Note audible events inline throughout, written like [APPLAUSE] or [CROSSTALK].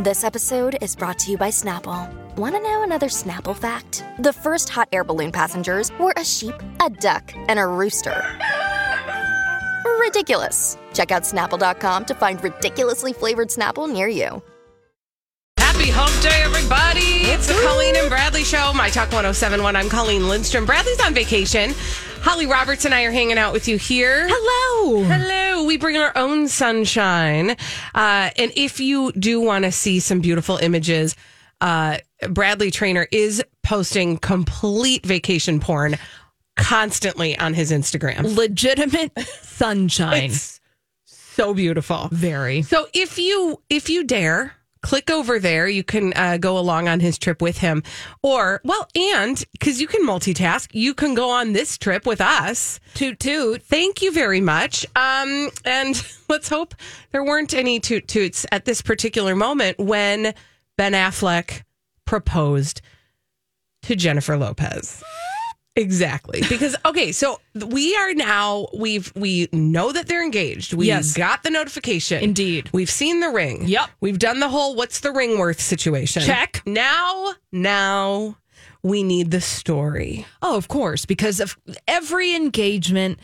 This episode is brought to you by Snapple. Want to know another Snapple fact? The first hot air balloon passengers were a sheep, a duck, and a rooster. Ridiculous. Check out snapple.com to find ridiculously flavored Snapple near you. Happy Hump Day, everybody. It's the Colleen and Bradley Show, My Talk 1071. I'm Colleen Lindstrom. Bradley's on vacation. Holly Roberts and I are hanging out with you here. Hello. Hello. We bring our own sunshine. Uh, and if you do want to see some beautiful images, uh, Bradley Trainer is posting complete vacation porn constantly on his Instagram. [LAUGHS] Legitimate sunshine. It's so beautiful. Very. So if you if you dare, click over there. You can uh, go along on his trip with him, or well, and because you can multitask, you can go on this trip with us. Toot toot. Thank you very much. Um, and [LAUGHS] let's hope there weren't any toot toots at this particular moment when Ben Affleck proposed to Jennifer Lopez. Exactly. [LAUGHS] Because okay, so we are now we've we know that they're engaged. We Yes. got the notification. Indeed. We've seen the ring. Yep. We've done the whole what's the ring worth situation. Check. Now, now we need the story. Oh, of course, because of every engagement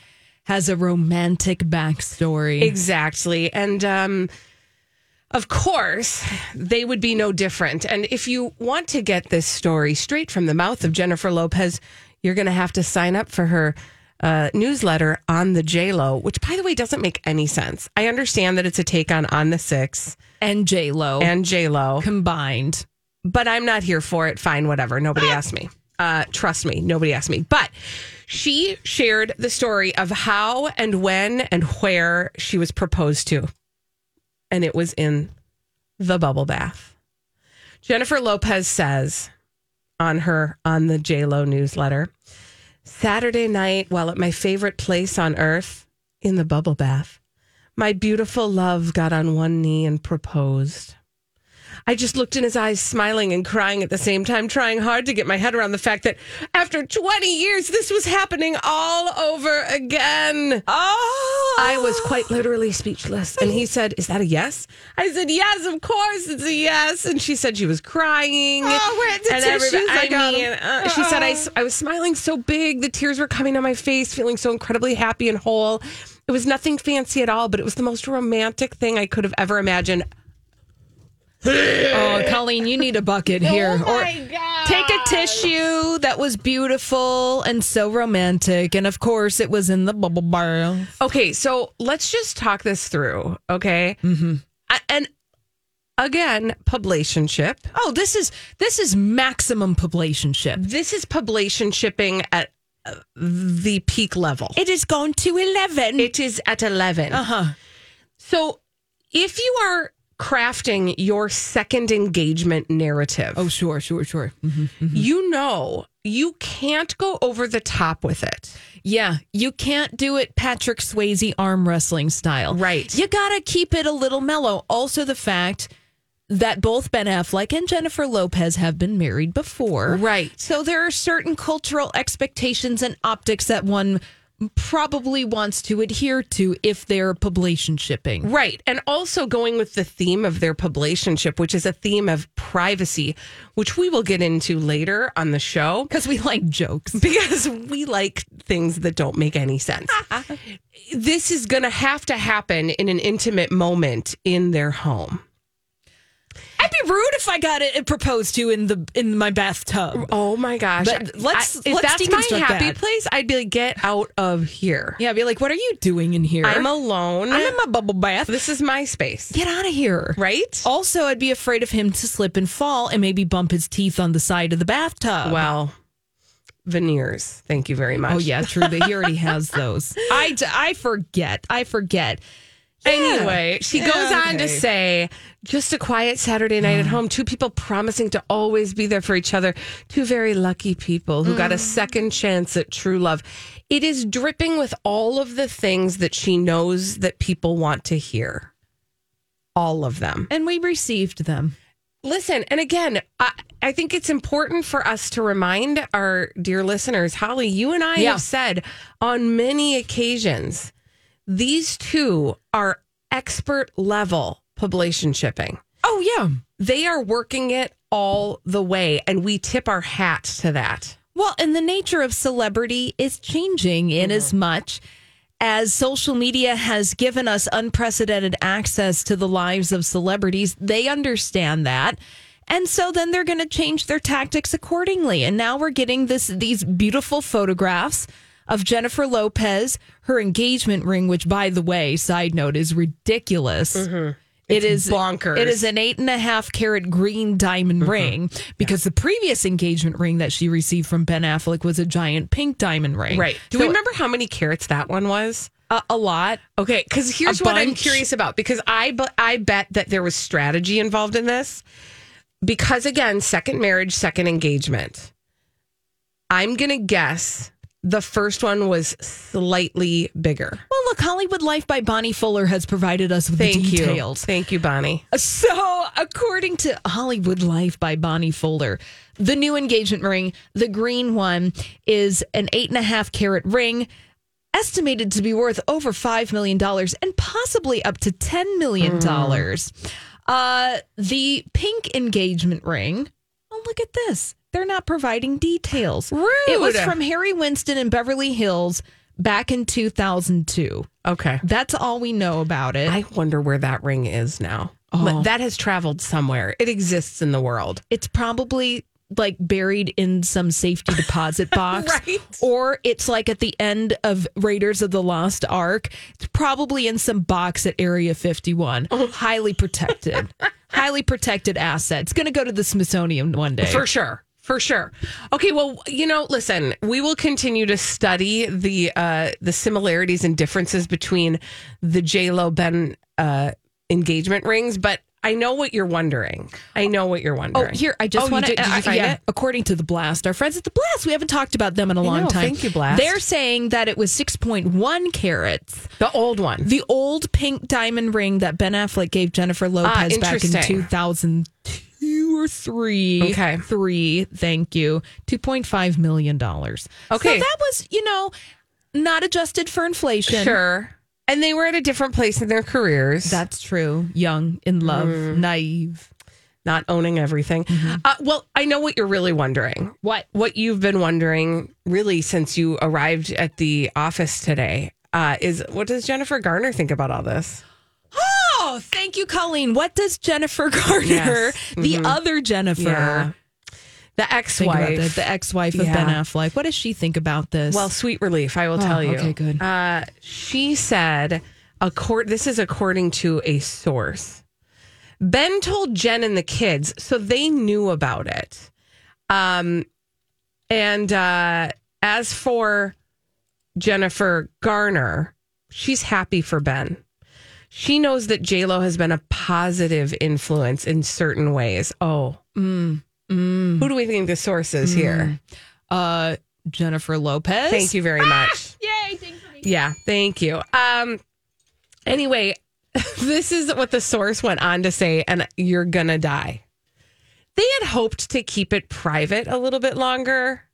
has a romantic backstory. Exactly. And um of course, they would be no different. And if you want to get this story straight from the mouth of Jennifer Lopez, you're going to have to sign up for her uh, newsletter on the JLo, which, by the way, doesn't make any sense. I understand that it's a take on On the Six and J Lo and JLo, [LAUGHS] combined. but I'm not here for it. Fine, whatever. Nobody asked me. Uh, trust me, nobody asked me. But she shared the story of how and when and where she was proposed to. And it was in the bubble bath. Jennifer Lopez says on her on the JLo newsletter Saturday night, while at my favorite place on earth, in the bubble bath, my beautiful love got on one knee and proposed. I just looked in his eyes, smiling and crying at the same time, trying hard to get my head around the fact that after 20 years, this was happening all over again. Oh, I was quite literally speechless. And he said, Is that a yes? I said, Yes, of course it's a yes. And she said she was crying. Oh, where are the um, And everybody- tissues? I got 'em. mean, uh, she said, I, s- uh-huh. I was smiling so big, the tears were coming on my face, feeling so incredibly happy and whole. It was nothing fancy at all, but it was the most romantic thing I could have ever imagined. Oh, Colleen, you need a Oh bucket here. or take a tissue that was beautiful and so romantic. And of course, it was in the bubble bar. Okay, so let's just talk this through, okay? Mm-hmm. and again, publicationship. Oh, this is this is maximum publicationship. This is publicationshipping at uh, the peak level. It is gone to eleven. Uh-huh. It is at 11. Uh huh. So if you are crafting your second engagement narrative, oh, mm-hmm. sure, sure, sure. you know you can't go over the top with it. Yeah, you can't do it Patrick Swayze arm wrestling style. Right. You got to keep it a little mellow. Also, the fact that both Ben Affleck and Jennifer Lopez have been married before. Right. So there are certain cultural expectations and optics that one probably wants to adhere to if they're publication shipping. Right. And also going with the theme of their publicationship, which is a theme of privacy, which we will get into later on the show. Because we like [LAUGHS] jokes. because we like things that don't make any [LAUGHS] sense. this is going to have to happen in an intimate moment in their home. I'd be rude if I got it proposed to in the in my bathtub. Oh my gosh! But let's- if let's that's my deconstruct happy that. place, I'd be like, get out of here. Yeah, I'd be like, what are you doing in here? I'm alone. I'm in my bubble bath. this is my space, Get out of here. right? Also, I'd be afraid of him to slip and fall and maybe bump his teeth on the side of the bathtub. well, veneers. Thank you very much. [LAUGHS] Oh, yeah, true. But he already has those. I, I forget. I forget. Anyway, she Yeah, goes on okay. Mm. to say, just a quiet Saturday night at home, two people promising to always be there for each other, two very lucky people who Mm. got a second chance at true love. It is dripping with all of the things that she knows that people want to hear. All of them. And we received them. Listen, and again, I, I think it's important for us to remind our dear listeners, Holly, you and I Yeah. have said on many occasions, these two are expert level publication shipping. Oh, yeah. They are working it all the way, and we tip our hat to that. Well, and the nature of celebrity is changing in as much as social media has given us unprecedented access to the lives of celebrities. They understand that. And so then they're going to change their tactics accordingly. And now we're getting this these beautiful photographs of Jennifer Lopez, her engagement ring, which by the way, side note, is ridiculous. It It's is bonkers. It is an eight and a half carat green diamond ring because the previous engagement ring that she received from Ben Affleck was a giant pink diamond ring. Do we remember how many carats that one was? a, a lot? Okay, because here's what I'm bunch. curious about because I bu- I bet that there was strategy involved in this because again, second marriage, second engagement. I'm gonna guess the first one was slightly bigger. Well, look, Hollywood Life by Bonnie Fuller has provided us with Thank the you, details. thank you, Bonnie. So, according to Hollywood Life by Bonnie Fuller, the new engagement ring, the green one, is an eight and a half carat ring. Estimated to be worth over $5 million and possibly up to $10 Hmm. million. Uh, the pink engagement ring. Oh, look at this. They're not providing details. It was Rude. from Harry Winston in Beverly Hills back in 2002. Okay, That's all we know about it. I wonder where that ring is now. Oh. But that has traveled somewhere. It exists in the world. it's probably like buried in some [LAUGHS] safety deposit box Right. or it's like at the end of Raiders of the Lost Ark it's probably in some box at Area 51 Oh. [LAUGHS] highly protected highly protected asset it's going to go to the Smithsonian one day For sure. For sure. Okay, well, you know, listen, we will continue to study the uh the similarities and differences between the J Lo Ben uh engagement rings, but I know what you're wondering. I know what you're Oh, wondering. here I Oh, just you want did- to. did you find yeah, it? according to the Blast, our friends at the Blast, we haven't talked about them in a long know, time. thank you, Blast. They're saying that it was six point one carats. The old one. The old pink diamond ring that Ben Affleck gave Jennifer Lopez back in Ah, interesting. 2002 or 3. Okay. 3, thank you. 2.5 million dollars. Okay. So that was, you know, not adjusted for inflation. Sure. And they were at a different place in their careers. That's true. Young, in love, Mm. naive. not owning everything. Uh, well, I know what you're really wondering. Mm-hmm. What? What you've been wondering really since you arrived at the office today uh, is what does Jennifer Garner think about all this? Oh, thank you, Colleen. What does Jennifer [LAUGHS] Garner, Yes. Mm-hmm. the other Jennifer, Yeah. The think about that? ex-wife. The ex-wife of Yeah. Ben Affleck. What does she think about this? well, sweet relief, I will tell you. Oh, okay, good. Uh, she said, accord- this is according to a source. Ben told Jen and the kids, so they knew about it. Um, and uh, as for Jennifer Garner, she's happy for Ben. She knows that J Lo has been a positive influence in certain ways. Oh, who do we think the source is here? Mm. uh, Jennifer Lopez. Thank you very much. Ah, Yay! Yeah, thank you. Um. Anyway, [LAUGHS] this is what the source went on to say, and you're gonna die. They had hoped to keep it private a little bit longer.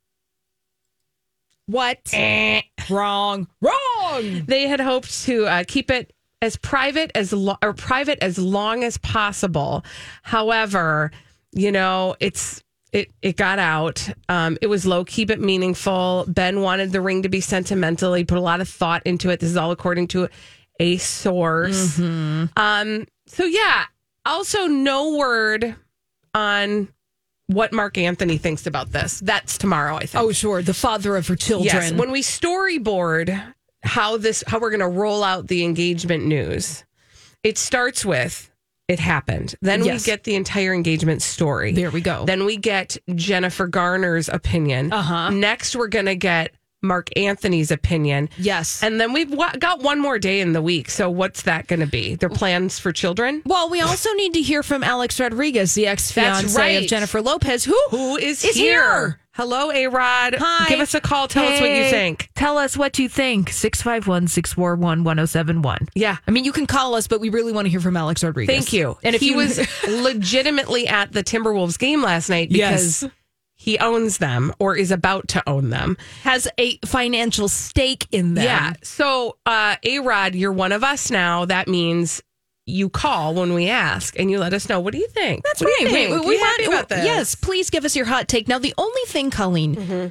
What? Eh. Wrong. Wrong. They had hoped to uh, keep it as private as lo- or private as long as possible. However, you know, it's it it got out. Um, it was low key but meaningful. Ben wanted the ring to be sentimental. He put a lot of thought into it. This is all according to a source. Um, so yeah. Also, no word on what Mark Anthony thinks about this. That's tomorrow, I think. Oh, sure. The father of her children. Yes, when we storyboard how this how we're going to roll out the engagement news, it starts with it happened. Then Yes. we get the entire engagement story. there we go. Then we get Jennifer Garner's opinion. Uh-huh. Next, we're going to get Mark Anthony's opinion. Yes. And then we've wa- got one more day in the week. So what's that going to be? Their plans for children? Well, we also need to hear from Alex Rodriguez, the ex That's fiance right. of Jennifer Lopez, who Who is, Is here? here. Hello, A Rod. Hi. Give us a call. Tell us what you Hey, think. Tell us what you think. 651 641 1071. Yeah. I mean, you can call us, but we really want to hear from Alex Rodriguez. Thank you. And if he you [LAUGHS] was legitimately at the Timberwolves game last night because Yes. he owns them or is about to own them. [LAUGHS] has a financial stake in that. Yeah. So, uh, A Rod, you're one of us now. That means you call when we ask and you let us know. What do you think? That's What do you right. Wait, think? we, we You happy want- about this? Yes, please give us your hot take. Now, the only thing, Colleen, Mm-hmm.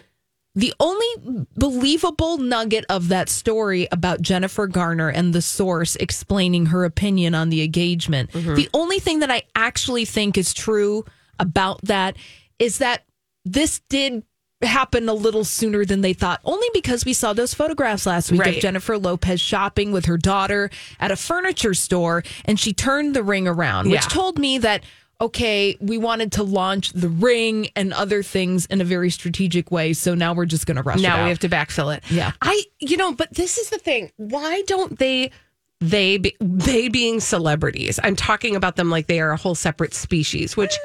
the only believable nugget of that story about Jennifer Garner and the source explaining her opinion on the engagement, Mm-hmm. the only thing that I actually think is true about that is that this did happen a little sooner than they thought only because we saw those photographs last week Right. of Jennifer Lopez shopping with her daughter at a furniture store and she turned the ring around which Yeah. told me that okay, we wanted to launch the ring and other things in a very strategic way, so now we're just going to rush. Now we have to backfill it. Yeah. I, you know, but this is the thing. Why don't they, they, be, they being celebrities, I'm talking about them like they are a whole separate species, which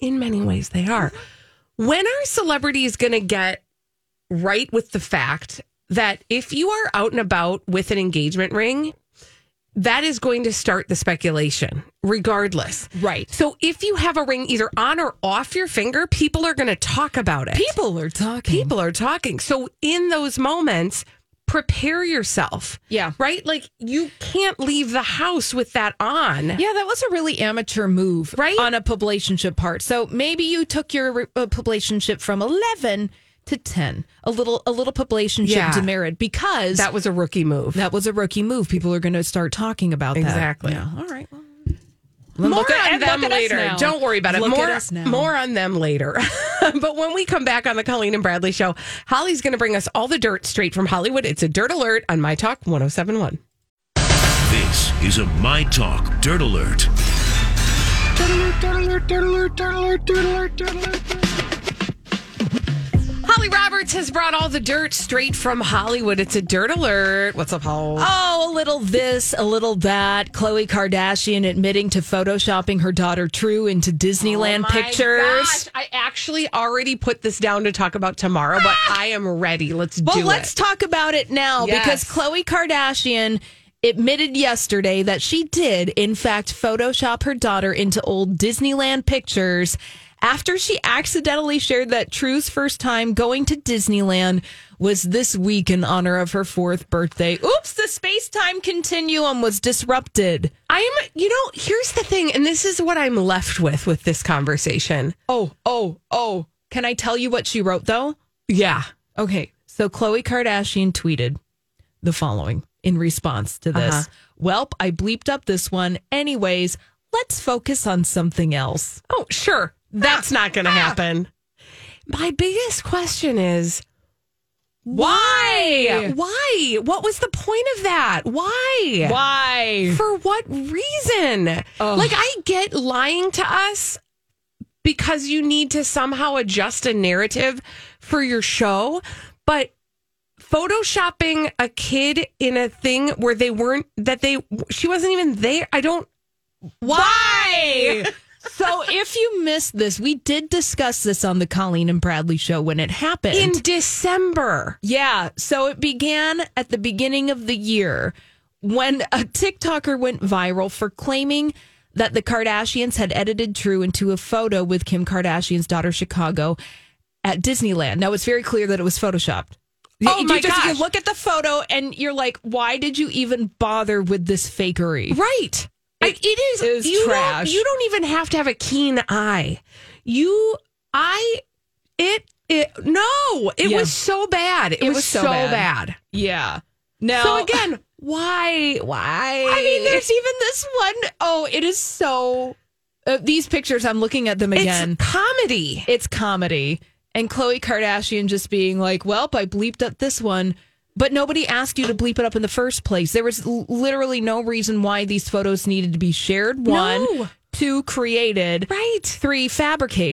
in many ways they are. When are celebrities going to get right with the fact that if you are out and about with an engagement ring, that is going to start the speculation, regardless. Right. So if you have a ring either on or off your finger, people are going to talk about it People are talking. people are talking. So in those moments, prepare yourself. Yeah. Right? Like you can't leave the house with that on. Yeah, that was a really amateur move, Right? On a publicationship part. So maybe you took your uh, publicationship from eleven to ten, a little, a little publicationship Yeah. demerit because That was a rookie move. that was a rookie move. People are going to start talking about that. Exactly. Yeah. All right. More Well, look at- on and look them at us later. now. Don't worry about it. Look at more, us now. more on them later. [LAUGHS] but when we come back on the Colleen and Bradley show, Holly's going to bring us all the dirt straight from Hollywood. It's a dirt alert on My Talk 1071. This is a My Talk Dirt Alert. Holly Roberts has brought all the dirt straight from Hollywood. It's a dirt alert. What's up, Holly? Oh, a little this, a little that. Khloe Kardashian admitting to photoshopping her daughter True into Oh Disneyland My pictures. gosh, I actually already put this down to talk about tomorrow, [GASPS] but I am ready. Let's Well, do let's it. talk about it now Yes. because Khloe Kardashian admitted yesterday that she did, in fact, Photoshop her daughter into old Disneyland pictures after she accidentally shared that True's first time going to Disneyland was this week in honor of her fourth birthday. Oops, the space time continuum was disrupted. I'm, you know, here's the thing, and this is what I'm left with with this conversation. Oh, oh, oh. Can I tell you what she wrote though? Yeah. Okay. So Khloe Kardashian tweeted the following in response to this. Welp, I bleeped up this one. Anyways, let's focus on something else. Oh, sure. That's not going to happen. Ah. My biggest question is why? Why? What was the point of that? Why? Why? For what reason? Ugh. Like, I get lying to us because you need to somehow adjust a narrative for your show, but photoshopping a kid in a thing where they weren't, that they, she wasn't even there. I don't, Why? so if you missed this, we did discuss this on the Colleen and Bradley show when it happened. in December. Yeah. So it began at the beginning of the year when a TikToker went viral for claiming that the Kardashians had edited True into a photo with Kim Kardashian's daughter Chicago at Disneyland. Now it's very clear that it was photoshopped. Oh, you my just, gosh. You look at the photo and you're like, why did you even bother with this fakery? Right. I, it is, is you trash. Don't, you don't even have to have a keen eye. You, I, it, it, no, it Yeah. was so bad. It, was, so, bad. Yeah. No. So again, why? Why? I mean, there's even this one oh, it is so. Uh, these pictures, I'm looking at them it's again. comedy. it's comedy. And Khloe Kardashian just being like, "Welp, I bleeped up this one, but nobody asked you to bleep it up in the first place. There was l- literally no reason why these photos needed to be shared. One, No. two, created, Right. three, fabricated."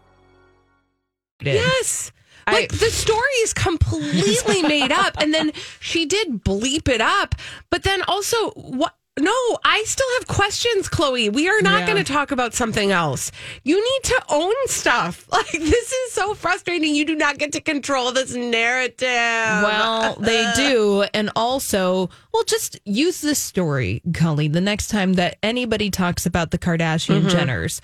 Yes. Like the story is [LAUGHS] completely made up, and then she did bleep it up. But then also, what? No, I still have questions, Chloe. We are not going to talk about something else. You need to own stuff. [LAUGHS] Like this is so frustrating. You do not get to control this narrative. Well, they do. And also, well, just use this story, Cully, the next time that anybody talks about the Kardashian Jenners.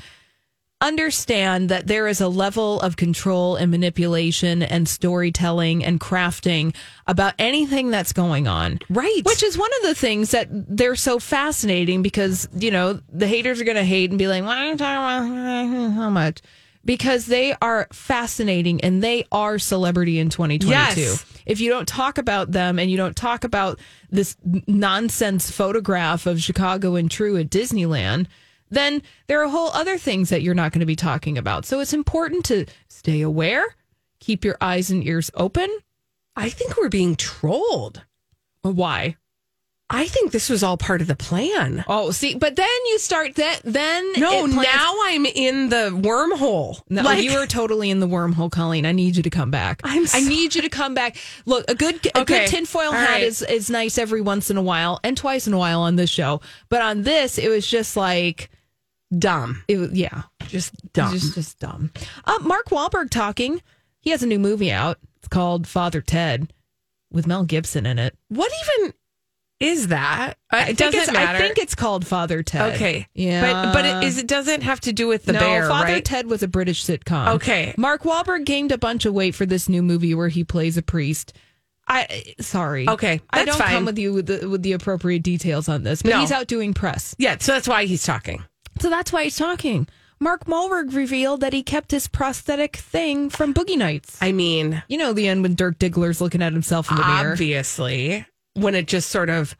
Understand that there is a level of control and manipulation and storytelling and crafting about anything that's going on. Right. Which is one of the things that they're so fascinating because, you know, the haters are going to hate and be like, why are you talking about [LAUGHS] how much? Because they are fascinating and they are celebrity in 2022. Yes. If you don't talk about them and you don't talk about this nonsense photograph of Chicago and True at Disneyland, then there are whole other things that you're not going to be talking about. So it's important to stay aware, keep your eyes and ears open. I think we're being trolled. Why? I think this was all part of the plan. Oh, see, but then you start that. Then No, it plans- now I'm in the wormhole. No, Like- you are totally in the wormhole, Colleen. I need you to come back. I'm I need you to come back. Look, a good a Okay. good tinfoil All hat right. is is nice every once in a while and twice in a while on this show, but on this it was just like dumb. it was yeah, Just dumb. just just dumb. Uh, Mark Wahlberg talking. He has a new movie out. It's called Father Ted with Mel Gibson in it. what even is that? I, it think doesn't it's- matter. I think it's called Father Ted. okay. Yeah. But but it, is, it doesn't have to do with the no, bear, Father right? Ted was a British sitcom. Okay. Mark Wahlberg gained a bunch of weight for this new movie where he plays a priest. I sorry. Okay, I that's don't fine. come with you with the, with the appropriate details on this, but No. he's out doing press, yeah. So that's why he's talking. so that's why he's talking. Mark Wahlberg revealed that he kept his prosthetic thing from Boogie Nights. I mean, You know the end when Dirk Diggler's looking at himself in the mirror. obviously, when it just sort of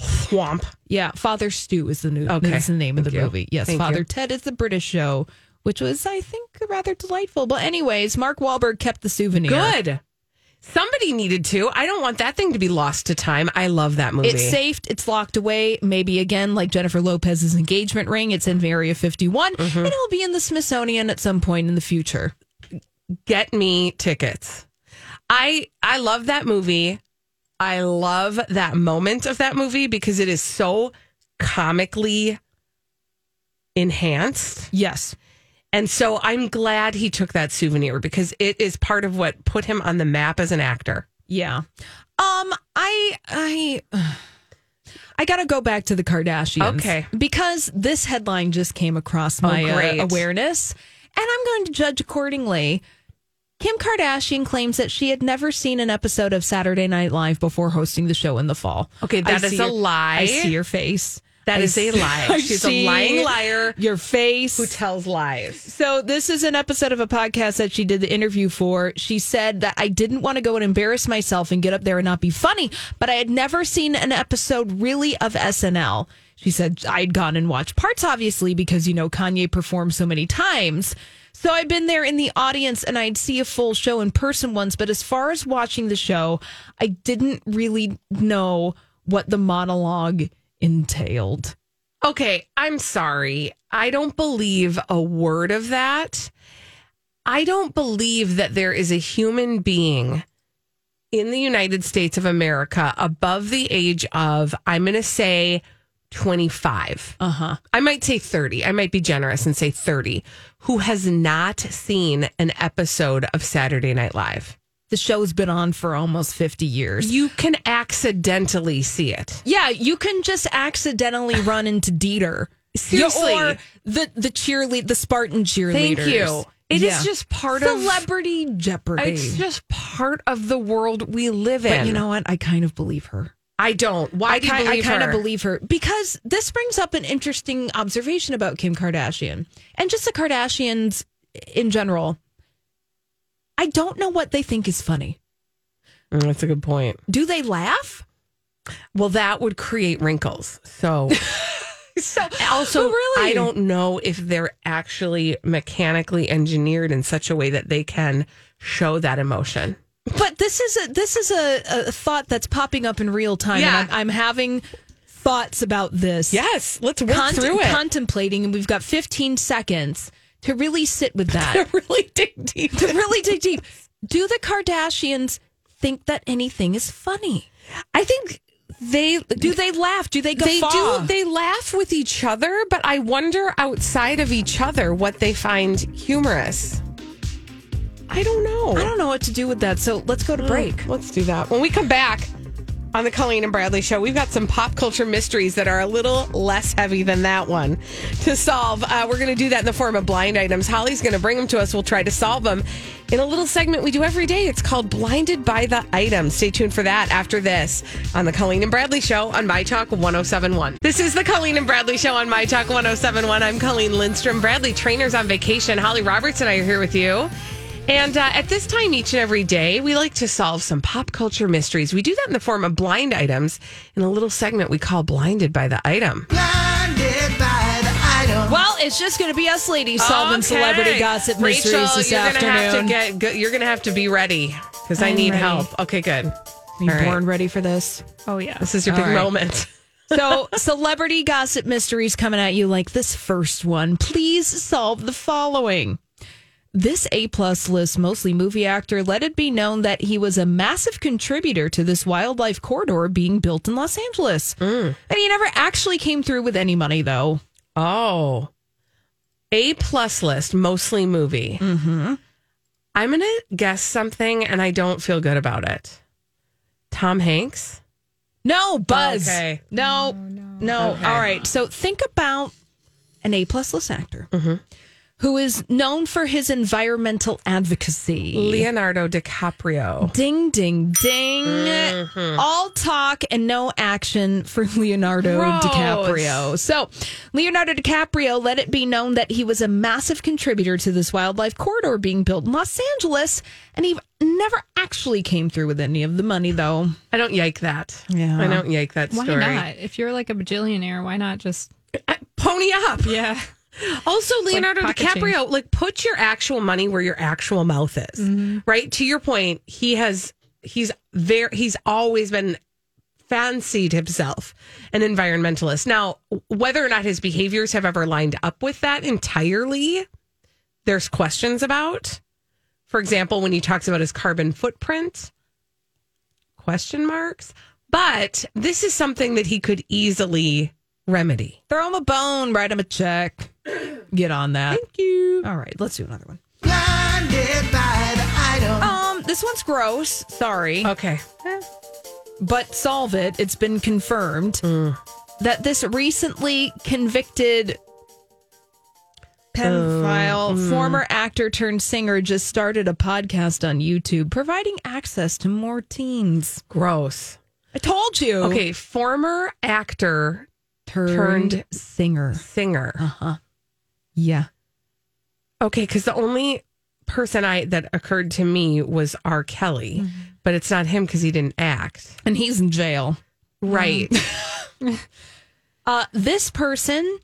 whomp. Yeah, Father Stew is the new Okay. is the name of Thank the you. movie. Yes, Thank Father you. Ted is the British show, which was I think rather delightful. But anyways, Mark Wahlberg kept the souvenir. Good. Somebody needed to. I don't want that thing to be lost to time. I love that movie. It's safe. It's locked away. Maybe again, like Jennifer Lopez's engagement ring. It's in Area 51, and it'll be in the Smithsonian at some point in the future. get me tickets. I I love that movie. I love that moment of that movie because it is so comically enhanced. Yes. And so I'm glad he took that souvenir because it is part of what put him on the map as an actor. Yeah. Um. I. I. I got to go back to the Kardashians. Okay. Oh, Because this headline just came across my uh, great. awareness, and I'm going to judge accordingly. Kim Kardashian claims that she had never seen an episode of Saturday Night Live before hosting the show in the fall. Okay, that I is see a your- lie. I see your face. That That is is a [LAUGHS] lie. She's a lying liar. Your face. Who tells lies? So this is an episode of a podcast that she did the interview for. She said that I didn't want to go and embarrass myself and get up there and not be funny, but I had never seen an episode really of SNL. She said I'd gone and watched parts obviously because you know Kanye performed so many times. So I'd been there in the audience and I'd see a full show in person once, but as far as watching the show, I didn't really know what the monologue entailed. Okay, I'm sorry. I don't believe a word of that. I don't believe that there is a human being in the United States of America above the age of, I'm going to say 25. Uh-huh. I might say 30. I might be generous and say 30 who has not seen an episode of Saturday Night Live. The show's been on for almost 50 years. You can accidentally see it. Yeah, you can just accidentally run into Dieter. Seriously. Or the, the cheerlead, the Spartan cheerleaders. Thank you. It is Yeah. just part of Celebrity Jeopardy. It's just part of the world we live in. but you know what? I kind of believe her. I don't. Why I, do you ki- I believe kind of her? believe her because this brings up an interesting observation about Kim Kardashian and just the Kardashians in general. I don't know what they think is funny. Mm, that's a good point. Do they laugh? Well, that would create wrinkles. [LAUGHS] So, So also, but really, I don't know if they're actually mechanically engineered in such a way that they can show that emotion. But this is a this is a, a thought that's popping up in real time. Yeah. And I'm, I'm having thoughts about this. Yes, let's work Cont- through it. [LAUGHS] Contemplating, and we've got 15 seconds to really sit with [LAUGHS] that. really dig deep. to really dig deep. Do the Kardashians think that anything is funny? I think they Do they laugh? Do they they guffaw? do they laugh with each other, but I wonder outside of each other what they find humorous. I don't know. I don't know what to do with that. So let's go to break. Mm, Let's do that. When we come back on the Colleen and Bradley show, we've got some pop culture mysteries that are a little less heavy than that one to solve. Uh, we're going to do that in the form of blind items. Holly's going to bring them to us. We'll try to solve them in a little segment we do every day. It's called Blinded by the Item. Stay tuned for that after this on the Colleen and Bradley show on My Talk 1071. This is the Colleen and Bradley show on My Talk 1071. I'm Colleen Lindstrom. Bradley Trainer's on vacation. Holly Roberts and I are here with you. And uh, at this time each and every day, we like to solve some pop culture mysteries. We do that in the form of blind items in a little segment we call Blinded by the Item. Well, it's just going to be us ladies solving Okay. celebrity gossip mysteries Rachel, this you're afternoon. Gonna have to get, go- you're going to have to be ready because I I'm need ready. help. Okay, good. Are you All right. born ready for this? Oh yeah. This is your big moment. So, celebrity gossip mysteries coming at you like this first one. Please solve the following. This A plus list, mostly movie actor, let it be known that he was a massive contributor to this wildlife corridor being built in Los Angeles. And he never actually came through with any money, though. Oh, A plus list, mostly movie. Mm-hmm. I'm going to guess something and I don't feel good about it. Tom Hanks? No, Buzz. Okay. No, no. All right. So think about an A plus list actor who is known for his environmental advocacy. Leonardo DiCaprio. Ding, ding, ding. All talk and no action for Leonardo Gross. DiCaprio. So, Leonardo DiCaprio let it be known that he was a massive contributor to this wildlife corridor being built in Los Angeles, and he never actually came through with any of the money, though. I don't yike that. Yeah. I don't yike that Why story. not? If you're like a bajillionaire, why not just Pony up. yeah? Also, Leonardo pocket DiCaprio, like put your actual money where your actual mouth is. Right? To your point, he has he's there he's always been fancied himself an environmentalist. Now, whether or not his behaviors have ever lined up with that entirely, there's questions about. For example, when he talks about his carbon footprint, question marks. But this is something that he could easily remedy. Throw him a bone, write him a check. Get on that. Thank you. All right, let's do another one. Um, this one's gross. Sorry. Okay. but solve it. It's been confirmed that this recently convicted pedophile former actor turned singer just started a podcast on YouTube providing access to more teens. Gross. I told you. Okay, former actor Turned, Turned singer. singer. Yeah. Okay, because the only person I that occurred to me was R. Kelly, Mm-hmm. but it's not him because he didn't act. And he's in jail. Right. Uh, this person,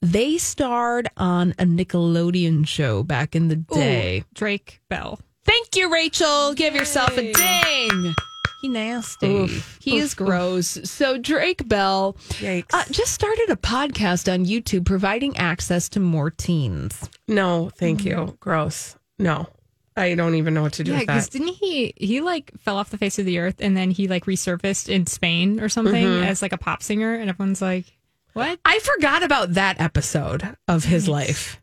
they starred on a Nickelodeon show back in the day. Drake Bell. Thank you, Rachel. Give yourself a ding. He nasty. he is gross. So Drake Bell Yikes. uh, just started a podcast on YouTube providing access to more teens. no, thank Mm-hmm. you. Gross. No. I don't even know what to do Yeah, with because that. didn't he he like fell off the face Mm-hmm. of the earth and then he like resurfaced in Spain or something as like a pop singer and everyone's like, What? I forgot about that episode of his life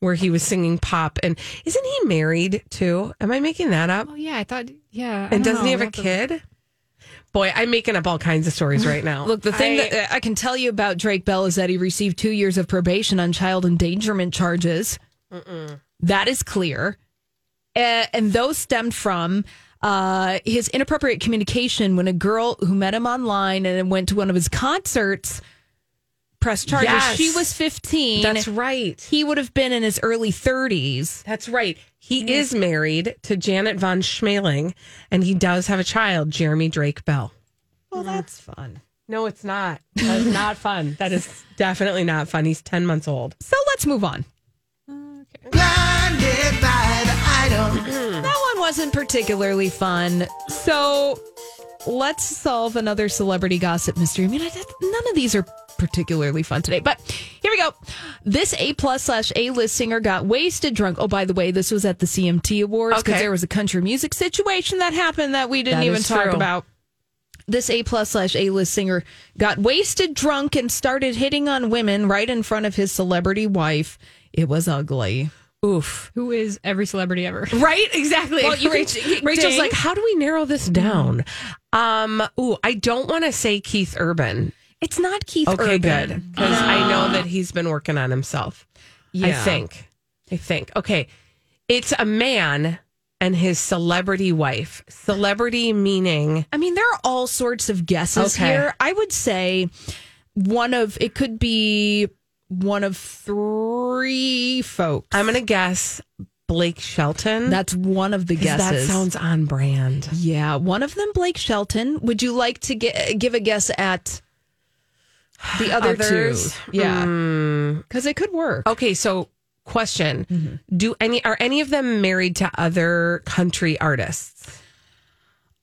where he was singing pop. And isn't he married too? Am I making that up? Oh yeah, I thought yeah. I And don't doesn't he know. have a We'll kid? Boy, I'm making up all kinds of stories right [LAUGHS] now. Look, the thing I- uh, that I can tell you about Drake Bell is that he received two years of probation on child endangerment charges. That is clear. Uh, and those stemmed from uh, his inappropriate communication when a girl who met him online and then went to one of his concerts pressed charges. Yes. She was 15. That's right. He would have been in his early 30s. That's right. He Mm. is married to Janet von Schmeling, and he does have a child, Jeremy Drake Bell. Well, that's fun. No, it's not. That's not fun. That is definitely not fun. He's 10 months old. So let's move on. [CLEARS THROAT] That one wasn't particularly fun. So let's solve another celebrity gossip mystery. I mean, I, just- none of these are particularly fun today, but here we go. This A plus slash A list singer got wasted drunk. Oh, by the way, this was at the CMT Awards because Okay. there was a country music situation that happened that we didn't That even is talk true. about. This A plus slash A list singer got wasted drunk and started hitting on women right in front of his celebrity wife. It was ugly. Oof. Who is every celebrity ever? [LAUGHS] Right? Exactly. Well, you- Rach- dang. Rachel's like, how do we narrow this down? Um, ooh, I don't want to say Keith Urban. It's not Keith Okay, Urban. good. Ah. Because I know that he's been working on himself. I Yeah. think. I think. Okay. It's a man and his celebrity wife. Celebrity meaning I mean, there are all sorts of guesses Okay. here. I would say one of it could be one of three folks. I'm gonna guess Blake Shelton. That's one of the 'Cause guesses. That sounds on brand. yeah. One of them, Blake Shelton. Would you like to ge- give a guess at the other Others. two? Hmm. Yeah, because it could work. Hmm. Okay, so question. Do any are any of them married to other country artists?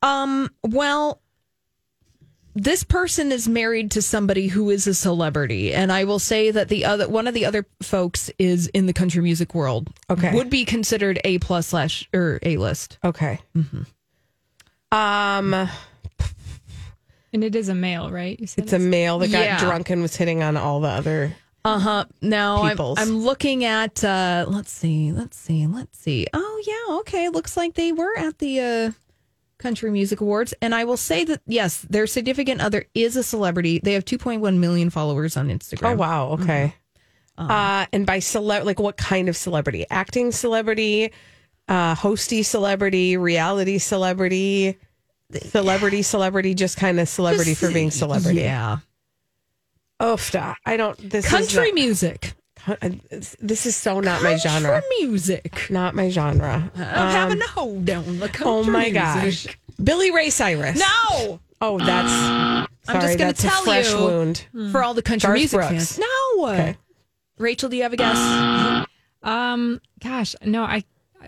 Um. Well, this person is married to somebody who is a celebrity, and I will say that the other one of the other folks is in the country music world. Okay. would be considered a plus slash or a list. Okay. Um And it is a male, right? You said it's a male that got Yeah. drunk and was hitting on all the other Uh huh. Now I'm, Peoples. I'm looking at. Uh, let's see. Let's see. Let's see. Oh yeah. Okay. Looks like they were at the uh, Country Music Awards, and I will say that yes, their significant other is a celebrity. They have 2.1 million followers on Instagram. Oh wow, okay. Um, Uh, and by cele like what kind of celebrity? Acting celebrity, uh, hosty celebrity, reality celebrity, celebrity celebrity, just kind of celebrity for being celebrity. Yeah. Oofta. I don't this Country is music. music. This is so not my genre. Country music. Not my genre. Um, I'm having a hold on the country Oh my music. gosh. Billy Ray Cyrus. No. Oh, that's I'm sorry, just going that's to a tell fresh you wound. for all the country Garth music Brooks. fans. No. Rachel, do you have [GASPS] a guess? Um, gosh, no, I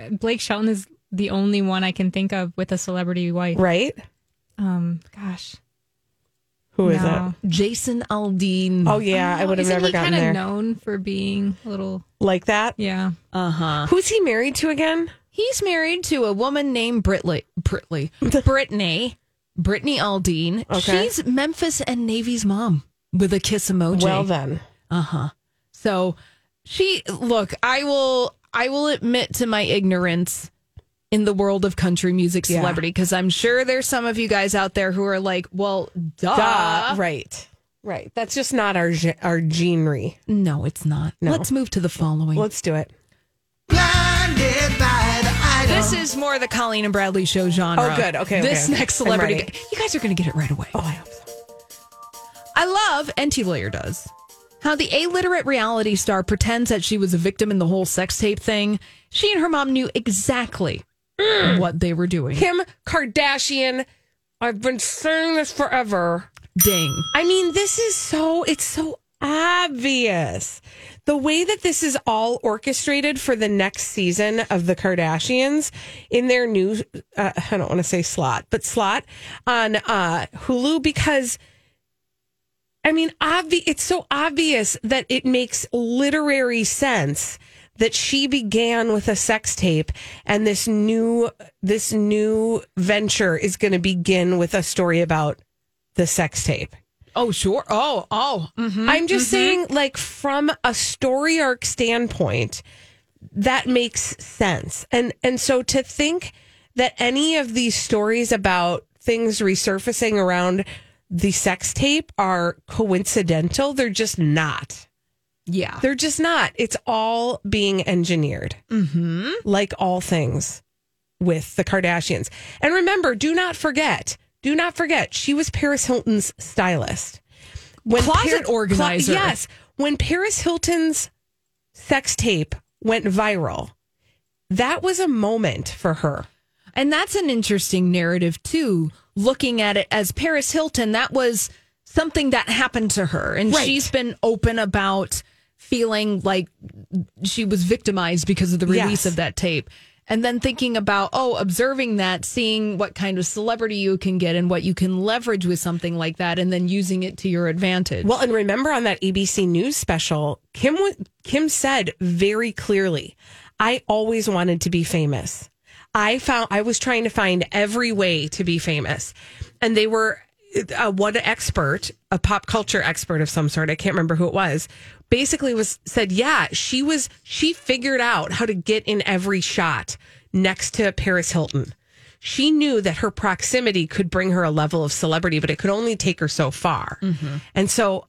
Blake Shelton is the only one I can think of with a celebrity wife. Right? Um, gosh, Who is no. Jason Aldean. it? Oh yeah, I would have Isn't never he gotten kinda there. Known for being a little, Like that? yeah. Uh huh. Who's he married to again? He's married to a woman named Britley. [LAUGHS] Britley. Brittany. Brittany Aldean. Okay. She's Memphis and Navy's mom with a kiss emoji. Well then. Uh huh. So she look. I will. I will admit to my ignorance in the world of country music Yeah. celebrity because I'm sure there's some of you guys out there who are like, well, duh. Duh. Right. Right. That's just not our ge- our genre. No, it's not. Let's move to the following. Let's do it. this is more the Colleen and Bradley show genre. Oh, good. Okay, This okay. next I'm celebrity, ready. you guys are going to get it right away. Oh, I hope so. I love, and T. Lawyer does, how the illiterate reality star pretends that she was a victim in the whole sex tape thing. She and her mom knew exactly Mm. what they were doing. Kim Kardashian. I've been saying this forever. Ding. I mean, this is so it's so obvious. The way that this is all orchestrated for the next season of the Kardashians in their new uh, I don't want to say slot, but slot on uh Hulu because I mean, obvi- it's so obvious that it makes literary sense that she began with a sex tape and this new this new venture is going to begin with a story about the sex tape. Oh, sure. Oh, oh. I'm just saying, like, from a story arc standpoint, that makes sense. And and so to think that any of these stories about things resurfacing around the sex tape are coincidental, they're just not. Yeah. They're just not. It's all being engineered. Mm-hmm. Like all things with the Kardashians. And remember, do not forget, do not forget, she was Paris Hilton's stylist. When Closet organizer. Clo- yes. When Paris Hilton's sex tape went viral, that was a moment for her. And that's an interesting narrative, too. Looking at it as Paris Hilton, that was something that happened to her. And Right. she's been open about feeling like she was victimized because of the Yes. release of that tape. And then thinking about, oh, observing that, seeing what kind of celebrity you can get and what you can leverage with something like that, and then using it to your advantage. Well, and remember on that ABC News special, Kim wa- Kim said very clearly, "I always wanted to be famous. I found I was trying to find every way to be famous." And they were uh, one expert, a pop culture expert of some sort, I can't remember who it was, basically was said, "Yeah, she was she figured out how to get in every shot next to Paris Hilton." she knew that her proximity could bring her a level of celebrity, but it could only take her so far. Mm-hmm. And so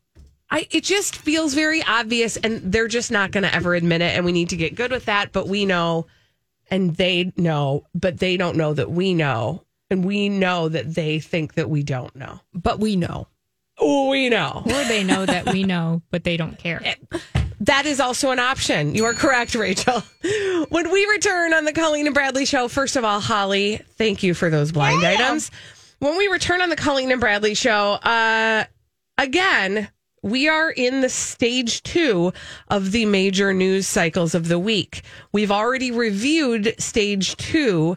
I it just feels very obvious and they're just not going to ever admit it and we need to get good with that, but we know and they know, but they don't know that we know and we know that they think that we don't know. but we know. Oh, we know. Or they know that we know, but they don't care. That is also an option. You are correct, Rachel. [LAUGHS] When we return on the Colleen and Bradley show, first of all, Holly, thank you for those blind items. When we return on the Colleen and Bradley show, uh, again, we are in the stage two of the major news cycles of the week. We've already reviewed stage two.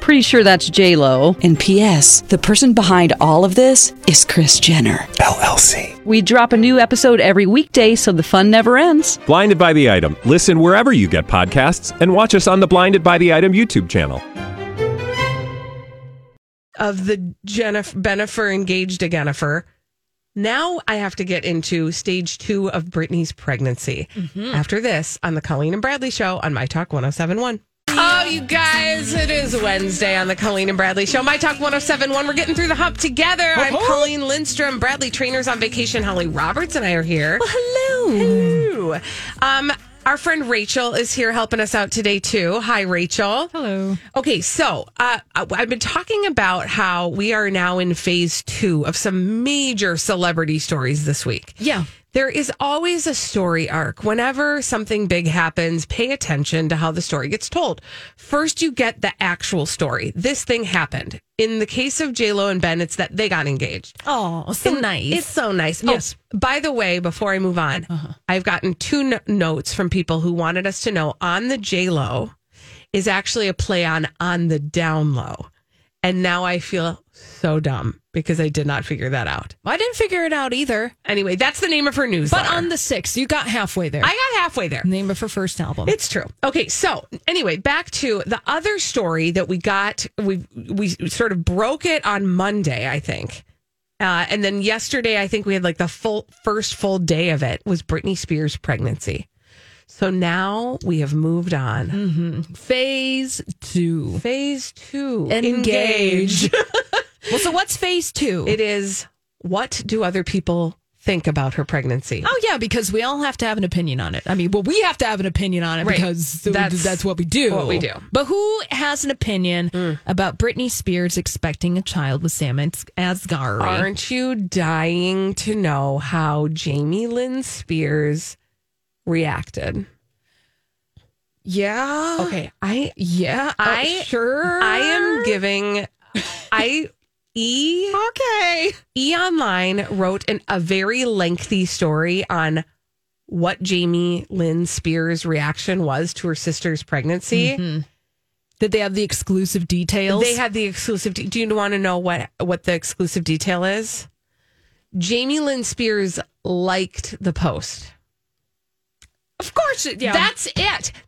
Pretty sure that's J Lo. And P.S. The person behind all of this is Chris Jenner LLC. We drop a new episode every weekday, so the fun never ends. Blinded by the item. Listen wherever you get podcasts, and watch us on the Blinded by the Item YouTube channel. of the Jennifer Benifer engaged to Jennifer. Now I have to get into stage two of Brittany's pregnancy. After this, on the Colleen and Bradley show on My Talk 1071. Oh, you guys, it is Wednesday on the Colleen and Bradley show. My Talk 1071. We're getting through the hump together. I'm Colleen Lindstrom. Bradley Trainers on vacation. Holly Roberts and I are here. hello. Hello. Um, our friend Rachel is here helping us out today, too. Hi, Rachel. Hello. Okay, so uh, I- I've been talking about how we are now in phase two of some major celebrity stories this week. Yeah. There is always a story arc. Whenever something big happens, pay attention to how the story gets told. First, you get the actual story. This thing happened. In the case of JLo and Ben, it's that they got engaged. Oh, so nice. It's so nice. Yes. Uh-huh. Oh, by the way, before I move on, I've gotten two n- notes from people who wanted us to know on the J Lo is actually a play on on the down low, and now I feel so dumb because I did not figure that out. I didn't figure it out either. Anyway, that's the name of her newsletter. But on the sixth, you got halfway there. I got halfway there. Name of her first album. It's true. Okay, so anyway, back to the other story that we got. We we sort of broke it on Monday, I think, uh, and then yesterday, I think we had like the full first full day of it was Britney Spears' pregnancy. So now we have moved on. Mm-hmm. phase two. Phase two, [LAUGHS] Engage. well, so what's phase two? It is what do other people think about her pregnancy? oh, yeah, because we all have to have an opinion on it. I mean, well, we have to have an opinion on it Right. because That's that's, that's what we do. what we do. Hmm. But who has an opinion about Britney Spears expecting a child with Sam As- Asghari? Aren't you dying to know how Jamie Lynn Spears reacted? Yeah. Okay, I Yeah. I- I sure. I am giving I E Okay. E online wrote an, a very lengthy story on what Jamie Lynn Spears' reaction was to her sister's Mm-hmm. pregnancy. Did they have the exclusive details? They had the exclusive. De- Do you want to know what what the exclusive detail is? Jamie Lynn Spears liked the post. Of course, yeah. That's it.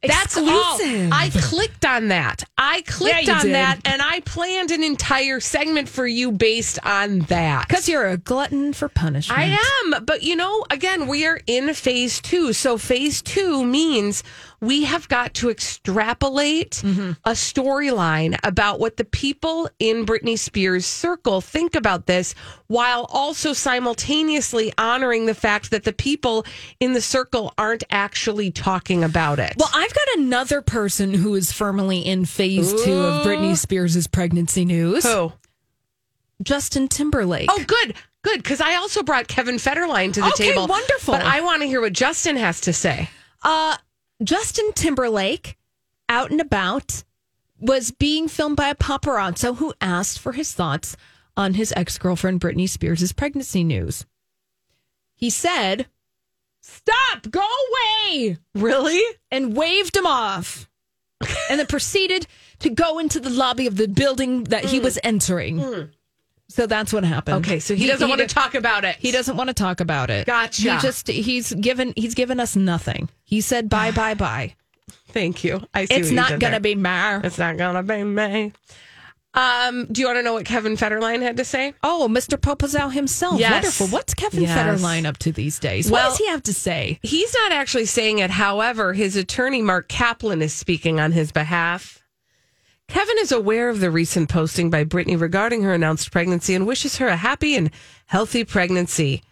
That's Exclusive. all. I clicked on that. I clicked you on did. that, and I planned an entire segment for you based on that. Because you're a glutton for punishment. I am. But you know, again, we are in phase two. So phase two means we have got to extrapolate a storyline about what the people in Britney Spears' circle think about this, while also simultaneously honoring the fact that the people in the circle aren't actually talking about it. Well, I've got another person who is firmly in phase two of Britney Spears' pregnancy news. Who? Justin Timberlake. Oh, good. Good, because I also brought Kevin Federline to the Okay, table. wonderful. But I want to hear what Justin has to say. Uh, Justin Timberlake, out and about, was being filmed by a paparazzo who asked for his thoughts on his ex girlfriend Britney Spears' pregnancy news. He said, Stop, go away! Really? And waved him off. and then proceeded to go into the lobby of the building that he was entering. So that's what happened. Hmm. Okay, so he, doesn't want to did- talk about it. He doesn't want to talk about it. Gotcha. He just he's given he's given us nothing. He said bye bye bye. Thank you. I see It's Ah. what you not did gonna there. be Mar. It's not gonna be me. Um, do you want to know what Kevin Federline had to say? Oh, Mr. Popozow himself. Yes. Wonderful. What's Kevin Yes. Federline up to these days? what Well- does he have to say? He's not actually saying it. However, his attorney Mark Kaplan is speaking on his behalf. Kevin is aware of the recent posting by Brittany regarding her announced pregnancy and wishes her a happy and healthy pregnancy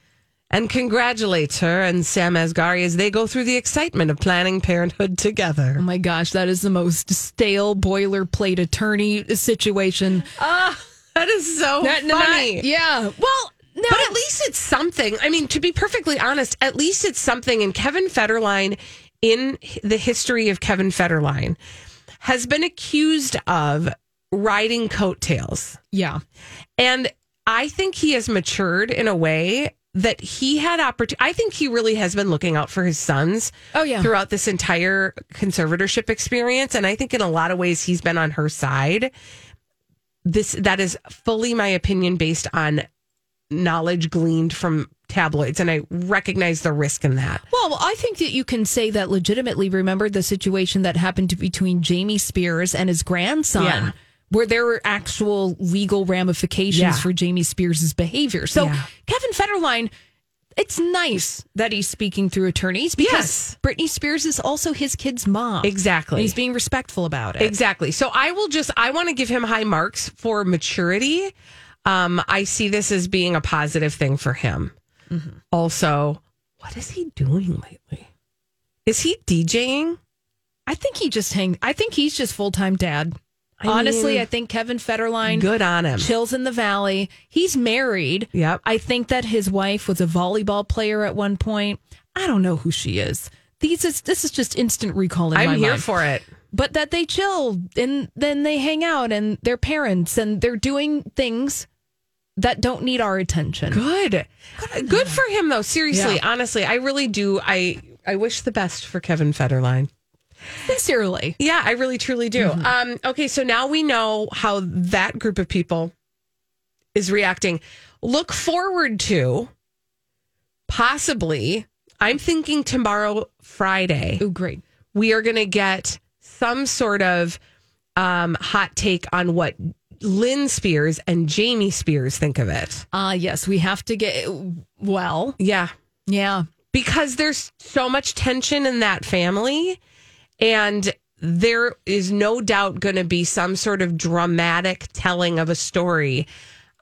and congratulates her and Sam Asghari as they go through the excitement of planning parenthood Oh together. my gosh, that is the most stale boilerplate attorney situation. That is so Uh, funny. yeah. Well, no. But at least it's something. I mean, to be perfectly honest, at least it's something. And Kevin Federline, in the history of Kevin Federline, has been accused of riding coattails. yeah. And I think he has matured in a way that he had opportunity. I think he really has been looking out for his sons Oh, yeah. throughout this entire conservatorship experience. And I think in a lot of ways he's been on her side. This that is fully my opinion based on knowledge gleaned from tabloids, and I recognize the risk in that. Well, I think that you can say that legitimately. Remember the situation that happened between Jamie Spears and his grandson, Yeah. where there were actual legal ramifications Yeah. for Jamie Spears' behavior. So, Yeah. Kevin Federline, it's nice that he's speaking through attorneys because Yes. Britney Spears is also his kid's mom. Exactly. And he's being respectful about it. Exactly. So I will just I want to give him high marks for maturity. Um, I see this as being a positive thing for him. Mm-hmm. Also, what is he doing lately? Is he DJing? I think he just hang. I think he's just full time dad. I Honestly, mean, I think Kevin Federline Good on him. chills in the valley. He's married. Yep. I think that his wife was a volleyball player at one point. I don't know who she is. These is this is just instant recall in I'm my here mind. for it. But that they chill and then they hang out and they're parents and they're doing things that don't need our attention. Good. Good for him though. Seriously, honestly, I really do. I I wish the best for Kevin Federline. Sincerely. Yeah, I really truly do. Um, okay, so now we know how that group of people is reacting. Look forward to possibly, I'm thinking tomorrow, Friday, Oh, great. we are going to get some sort of um, hot take on what Lynn Spears and Jamie Spears think of it. Ah, yes, we have to get well. Yeah. Yeah. because there's so much tension in that family and there is no doubt going to be some sort of dramatic telling of a story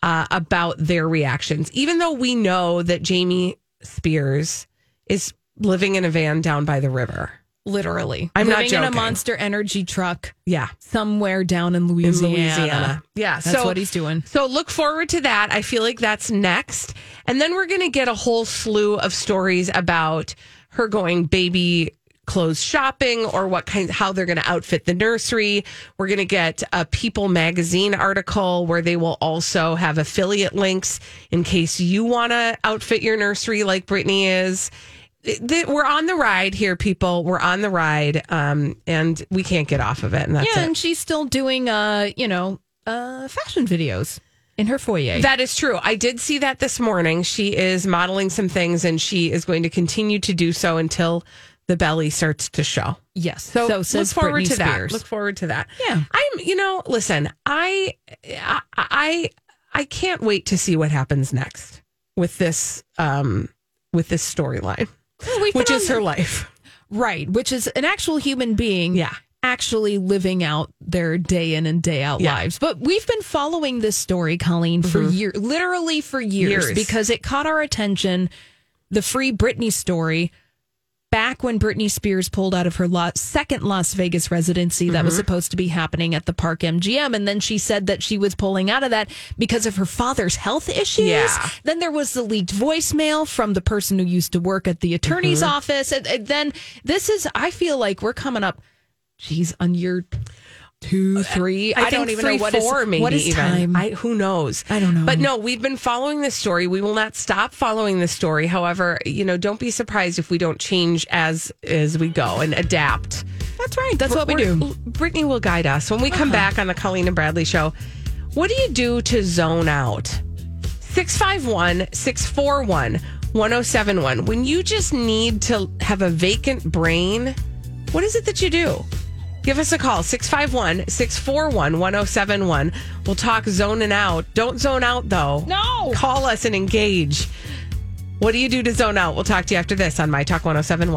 uh, about their reactions even though we know that jamie spears is living in a van down by the river Literally. I'm not Living in a joking. monster energy truck yeah somewhere down in in Louisiana. Louisiana. Yeah, That's what he's doing. So look forward to that. I feel like that's next, and then we're going to get a whole slew of stories about her going baby clothes shopping or what kind how they're going to outfit the nursery. We're going to get a People magazine article where they will also have affiliate links in case you want to outfit your nursery like Brittany is. It- th- We're on the ride here, people. We're on the ride, um, and we can't get off of it. And that's yeah, it. and she's still doing, uh, you know, uh, fashion videos. in her foyer. That is true. I did see that this morning. She is modeling some things and she is going to continue to do so until the belly starts to show. yes. So, says look forward Britney to that. Spears. Look forward to that. Yeah. I'm, you know, listen, I, I, I, I can't wait to see what happens next with this, um, with this storyline, we've which been is on- her life. Right, which is an actual human being. Yeah. Actually living out their day in and day out Yeah. Mm-hmm. lives. But we've been following this story, Colleen, for years, literally for years, Years. because it caught our attention. The free Britney story back when Britney Spears pulled out of her Las- second Las Vegas residency that was Mm-hmm. supposed to be happening at the Park MGM. And then she said that she was pulling out of that because of her father's health issues. Yeah. Then there was the leaked voicemail from the person who used to work at the attorney's Mm-hmm. office. And, and then this is, I feel like we're coming up, geez, on year two, three. Uh, I, think don't even three, know what is- four, maybe what is even. time. I, who knows? I don't know. But no, we've been following this story. We will not stop following this story. However, you know, don't be surprised if we don't change as as we go and adapt. That's right. That's what we We're- do. Uh-huh. Brittany will guide us when we come back on the Colleen and Bradley show. What do you do to zone out? 651 641 1071. When you just need to have a vacant brain, what is it that you do? Give us a call 651 641 1071. We'll talk zoning out. Don't zone out though. No. Call us and engage. What do you do to zone out? We'll talk oh to you after this on My Talk 1071.